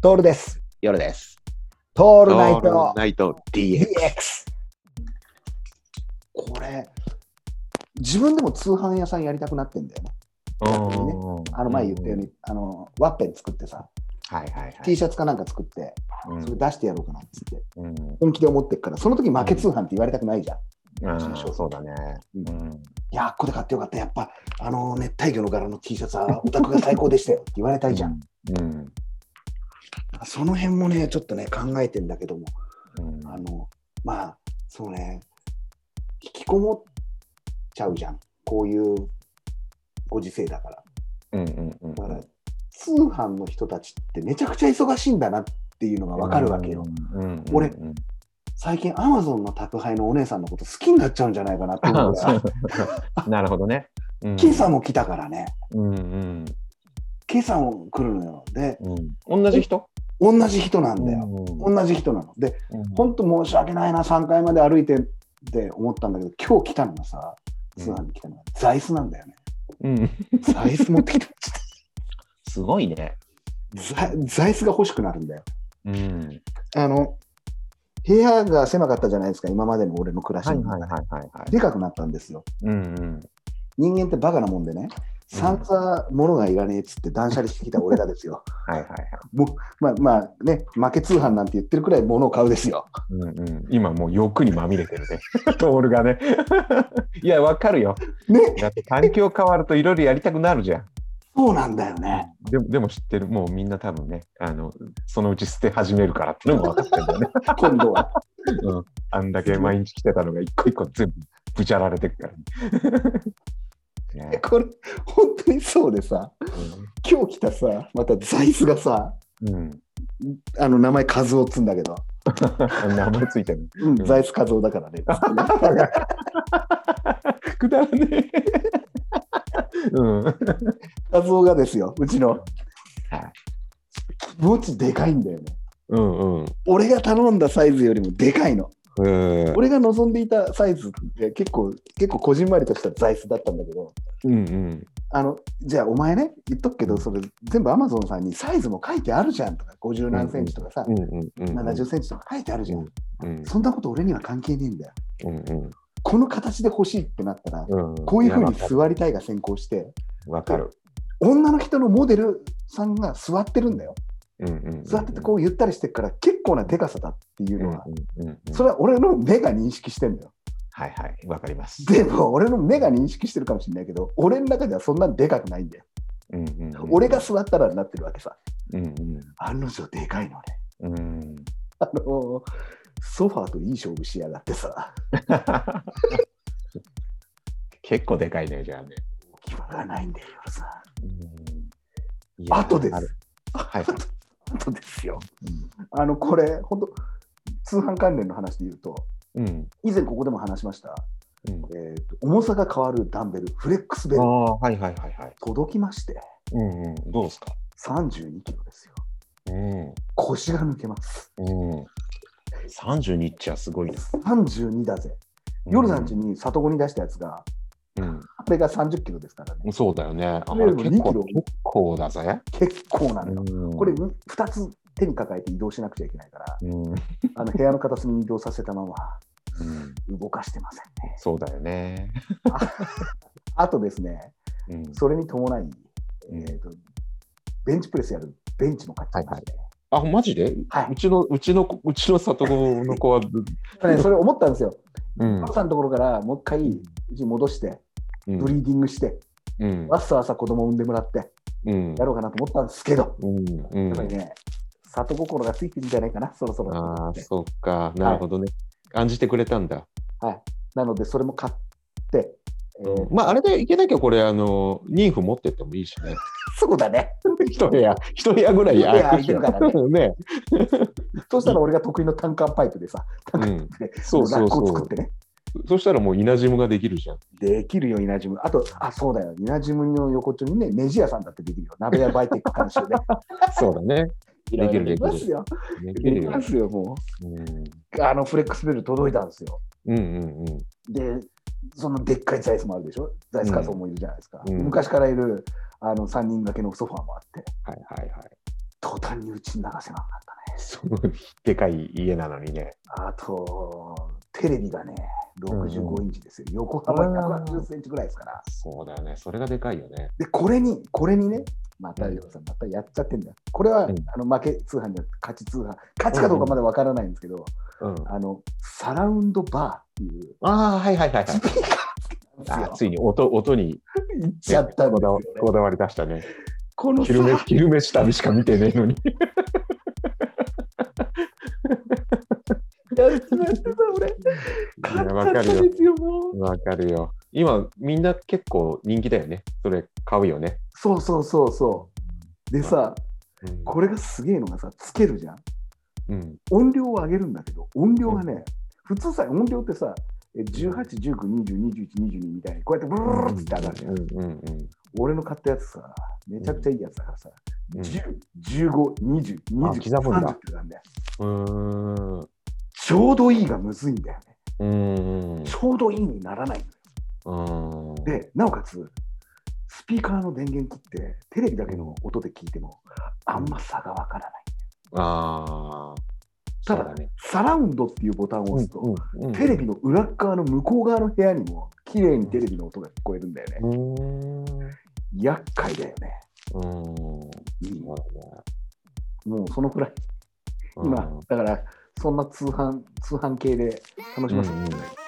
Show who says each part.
Speaker 1: トールです。
Speaker 2: 夜です。
Speaker 1: ト
Speaker 2: オ
Speaker 1: ールナイト
Speaker 2: ナイト DX。
Speaker 1: DX。これ、自分でも通販屋さんやりたくなってんだよね。あの前言ったよう
Speaker 2: に。
Speaker 1: に、あのワッペン作ってさ、
Speaker 2: はいはいはい。
Speaker 1: T シャツかなんか作って、それ出してやろうかなっつって、
Speaker 2: うんうん
Speaker 1: 本気で思ってっから、その時負け通販って言われたくないじゃん。
Speaker 2: うんそうだね。うん
Speaker 1: いや、あっこで買ってよかった、やっぱ、あの熱帯魚の柄の T シャツはオタクが最高でしたよって言われたいじゃん。。
Speaker 2: うん。
Speaker 1: その辺もね、ちょっとね、考えてんだけども、
Speaker 2: うん
Speaker 1: あの、まあ、そうね、引きこもっちゃうじゃん。こういうご時世だから。
Speaker 2: うんうんうん
Speaker 1: だから、通販の人たちってめちゃくちゃ忙しいんだなっていうのがわかるわけよ。。
Speaker 2: うんうんうん
Speaker 1: 俺
Speaker 2: うん
Speaker 1: 最近、アマゾンの宅配のお姉さんのこと好きになっちゃうんじゃないかなって思
Speaker 2: あ
Speaker 1: うぐ
Speaker 2: そ
Speaker 1: らい。
Speaker 2: うなるほどね。うん
Speaker 1: 今朝も来たからね。
Speaker 2: うんうん
Speaker 1: 今朝も来るのよ。で、
Speaker 2: うん。同じ人
Speaker 1: 同じ人なんだよ。
Speaker 2: う
Speaker 1: 同じ人なの。で、
Speaker 2: ん
Speaker 1: 本当申し訳ないな、3階まで歩いてって思ったんだけど、今日来たのがさ、通販に来たのが、座椅子なんだよね。
Speaker 2: うん。
Speaker 1: 座椅子持ってきた。
Speaker 2: すごいね。
Speaker 1: ざ座椅子が欲しくなるんだよ。
Speaker 2: うん。
Speaker 1: あの部屋が狭かったじゃないですか、今までの俺の暮らし
Speaker 2: は
Speaker 1: の
Speaker 2: い
Speaker 1: 中で、
Speaker 2: はいはいはいはい。
Speaker 1: でかくなったんですよ。
Speaker 2: うんうん。
Speaker 1: 人間ってバカなもんでね、散々物がいらねえっつって断捨離してきた俺らですよ。
Speaker 2: はいはいはい。
Speaker 1: まあまあね、負け通販なんて言ってるくらい物を買うですよ。
Speaker 2: うんうん、今もう欲にまみれてるね、 トールがね。いや、わかるよ。
Speaker 1: ね、
Speaker 2: だって環境変わるといろいろやりたくなるじゃん。
Speaker 1: そうなんだよね。
Speaker 2: でもでも知ってる、もうみんな多分ね、あのそのうち捨て始めるからってのも分かってるんだよね。
Speaker 1: 今度は。
Speaker 2: うん、あんだけ毎日来てたのが一個一個全部ぶちゃられてくから、 ねね
Speaker 1: これ、本当にそうでさ、今日来たさ、また座椅子がさ、
Speaker 2: うんうん、
Speaker 1: あの名前、カズオっつんだけど、
Speaker 2: 名前ついてる。
Speaker 1: うん、
Speaker 2: うん
Speaker 1: 座椅子カズオだからね。
Speaker 2: くだらねえ。 うん、は
Speaker 1: カズオがですよ、うちの。
Speaker 2: い
Speaker 1: 気持ちでかいんだよね。
Speaker 2: うんうん
Speaker 1: 俺が頼んだサイズよりもでかいの。
Speaker 2: うん
Speaker 1: 俺が望んでいたサイズって結構、結構こじんまりとした座椅子だったんだけど、
Speaker 2: うんうん
Speaker 1: あの、じゃあお前ね、言っとくけど、それ全部アマゾンさんにサイズも書いてあるじゃんとか、50何センチとかさ、
Speaker 2: うんうんうんうん
Speaker 1: 70センチとか書いてあるじゃん。
Speaker 2: うん
Speaker 1: そんなこと俺には関係ねえんだよ。
Speaker 2: うんうん
Speaker 1: この形で欲しいってなったら、
Speaker 2: うん
Speaker 1: こういうふう
Speaker 2: や
Speaker 1: に座りたいが先行して、
Speaker 2: わかる。
Speaker 1: 女の人のモデルさんが座ってるんだよ。
Speaker 2: うんうん
Speaker 1: 座っててこうゆったりしてっから結構なでかさだっていううん
Speaker 2: う
Speaker 1: の
Speaker 2: ん
Speaker 1: は、
Speaker 2: うんうん。
Speaker 1: それは俺の目が認識してんだよ。
Speaker 2: はいはい、わかります。
Speaker 1: でも俺の目が認識してるかもしれないけど俺の中ではそんなでかくないんだよ、
Speaker 2: うんうんうん
Speaker 1: 俺が座ったらになってるわけさ
Speaker 2: うん
Speaker 1: 案の定でかいのね
Speaker 2: うんうん。
Speaker 1: あのーソファーといい勝負しやがってさ
Speaker 2: 結構でかいね、じゃあね。
Speaker 1: 置き場がないんだよさ
Speaker 2: うんいや
Speaker 1: 後です
Speaker 2: あるはい。
Speaker 1: 後ですよ、あのこれ本当通販関連の話で言うと
Speaker 2: うん。
Speaker 1: 以前ここでも話しました、
Speaker 2: うん
Speaker 1: えーと重さが変わるダンベルフレックスベ
Speaker 2: あ
Speaker 1: ル
Speaker 2: あ、はいはいはいはい。
Speaker 1: 届きまして
Speaker 2: うんうん。どうですか
Speaker 1: 32キロですよ
Speaker 2: うん。
Speaker 1: 腰が抜けます
Speaker 2: うん。32っちゃすごいな。
Speaker 1: 32だぜヨルダンチに里子に出したやつが
Speaker 2: うん
Speaker 1: これが30キロですからね
Speaker 2: うん。そうだよね。あ
Speaker 1: これよりも
Speaker 2: 結構
Speaker 1: 2キロ
Speaker 2: 結構だぜ。
Speaker 1: 結構なのよ。こ
Speaker 2: こ
Speaker 1: れう2つ手に抱えて移動しなくちゃいけないから、
Speaker 2: うん。
Speaker 1: あの部屋の片隅に移動させたまま
Speaker 2: うん
Speaker 1: 動かしてませんね。
Speaker 2: そうだよね。
Speaker 1: あとですね、
Speaker 2: うん
Speaker 1: それに伴い、
Speaker 2: うん
Speaker 1: えーとベンチプレスやるベンチも買っちゃいまして、
Speaker 2: あ、マジで、
Speaker 1: はいう
Speaker 2: ちの、うちの子、うちの里子の子は、
Speaker 1: だからねそれ思ったんですよ。
Speaker 2: うん
Speaker 1: パパさんのところからもう一回うちに戻して、
Speaker 2: うん
Speaker 1: ブリーディングして、
Speaker 2: うん
Speaker 1: わっさわさ子供を産んでもらって
Speaker 2: うん
Speaker 1: やろうかなと思ったんですけど、
Speaker 2: うんうん
Speaker 1: やっぱりね、里心がついてるんじゃないかな、そろそろと
Speaker 2: あ
Speaker 1: 思
Speaker 2: あ
Speaker 1: っ、て。
Speaker 2: そっか、なるほどね。案じてくれたんだ。
Speaker 1: なので、それも買って、えー
Speaker 2: まあ、あれでいけなきゃ、これ、あの、妊婦持ってってもいいしね。
Speaker 1: そうだね。
Speaker 2: 一部屋、一部屋ぐらい
Speaker 1: 一部屋空いてるからね
Speaker 2: ね。
Speaker 1: そうしたら俺が得意の単管パイプでさ、
Speaker 2: うん
Speaker 1: ね。
Speaker 2: そう
Speaker 1: ラ
Speaker 2: そ
Speaker 1: ッ
Speaker 2: う
Speaker 1: クを
Speaker 2: そ
Speaker 1: 作っ
Speaker 2: う。
Speaker 1: てね。
Speaker 2: そしたらもう稲ジムができるじゃん。
Speaker 1: できるよ、稲ジム。あと、あ、そうだよ、稲ジムの横丁にね、ネジ屋さんだってできるよ。鍋屋バイテック監修で。
Speaker 2: そうだね。 でき
Speaker 1: いろ
Speaker 2: る
Speaker 1: いろできますよ。
Speaker 2: でき
Speaker 1: で
Speaker 2: る
Speaker 1: き
Speaker 2: よ
Speaker 1: ま。すよ、も
Speaker 2: うん
Speaker 1: う。あの、フレックスベル届いたんですよ。
Speaker 2: うんうんうん。
Speaker 1: で、そのでっかい座椅子もあるでしょ。座椅子仮想もいるじゃないですか。
Speaker 2: うん
Speaker 1: 昔からいる、あの、3人掛けのソファーもあって。
Speaker 2: はいはいはい。
Speaker 1: 途端に打ち流せなくなったね。
Speaker 2: そのでかい家なのにね。
Speaker 1: あと、テレビがね、65インチですよ。横幅180センチぐらいですから。
Speaker 2: そうだよね。それがでかいよね。
Speaker 1: で、これに、これにね、また、
Speaker 2: うん
Speaker 1: ようさん、またやっちゃってんだよ。これは、
Speaker 2: うん
Speaker 1: あの負け通販じゃなくて、勝ち通販。勝ちかどうかまだわからないんですけど、
Speaker 2: うん。あ
Speaker 1: あの、サラウンドバーっていう、
Speaker 2: あー、はいはいはい、
Speaker 1: スピ
Speaker 2: は
Speaker 1: ーカーつけたん
Speaker 2: い。
Speaker 1: です
Speaker 2: あ
Speaker 1: よ
Speaker 2: ついに音音に
Speaker 1: 行っちゃったんで
Speaker 2: こ
Speaker 1: す
Speaker 2: だ
Speaker 1: よ
Speaker 2: わ、こだわり出したね。
Speaker 1: このさ
Speaker 2: 昼飯、昼飯旅しか見てねえのに。
Speaker 1: やっちまった俺。
Speaker 2: い
Speaker 1: 買
Speaker 2: や
Speaker 1: っち
Speaker 2: わ
Speaker 1: ゃった
Speaker 2: か
Speaker 1: ん
Speaker 2: るよ。
Speaker 1: ですよ、もう。
Speaker 2: わかるよ。今、みんな結構人気だよね。それ買うよね。
Speaker 1: そうそうそうそう。でさ、
Speaker 2: うん
Speaker 1: これがすげえのがさ、つけるじゃん。
Speaker 2: うん。
Speaker 1: 音量を上げるんだけど、音量がね、普通さ、音量ってさ、え18、19、20、21、22みたいに、こうやってブルルルルルって上がるじゃん。
Speaker 2: うんうんうん
Speaker 1: 俺の買ったやつさ、めちゃくちゃいいやつだからさ、
Speaker 2: うん
Speaker 1: 10、15、20、
Speaker 2: あ
Speaker 1: 20、
Speaker 2: 刻むんだ
Speaker 1: 30ってなんだよ。
Speaker 2: うん。う
Speaker 1: ちょうどいいがむずいんだよね。
Speaker 2: ーん。う
Speaker 1: ちょうどいいにならない。
Speaker 2: ーん。
Speaker 1: で、なおかつ、スピーカーの電源切って、テレビだけの音で聞いても、あんま差がわからない。
Speaker 2: ああ。
Speaker 1: ただ
Speaker 2: そうね。
Speaker 1: サラウンドっていうボタンを押すと、
Speaker 2: うんうんうん
Speaker 1: テレビの裏っ側の向こう側の部屋にも綺麗にテレビの音が聞こえるんだよね
Speaker 2: う。ーん。う
Speaker 1: 厄介だよね。
Speaker 2: ーん。
Speaker 1: うん
Speaker 2: そうだね
Speaker 1: もうそのくらい。
Speaker 2: うん
Speaker 1: 今、だからそんな通販、通販系で楽しませていただいて。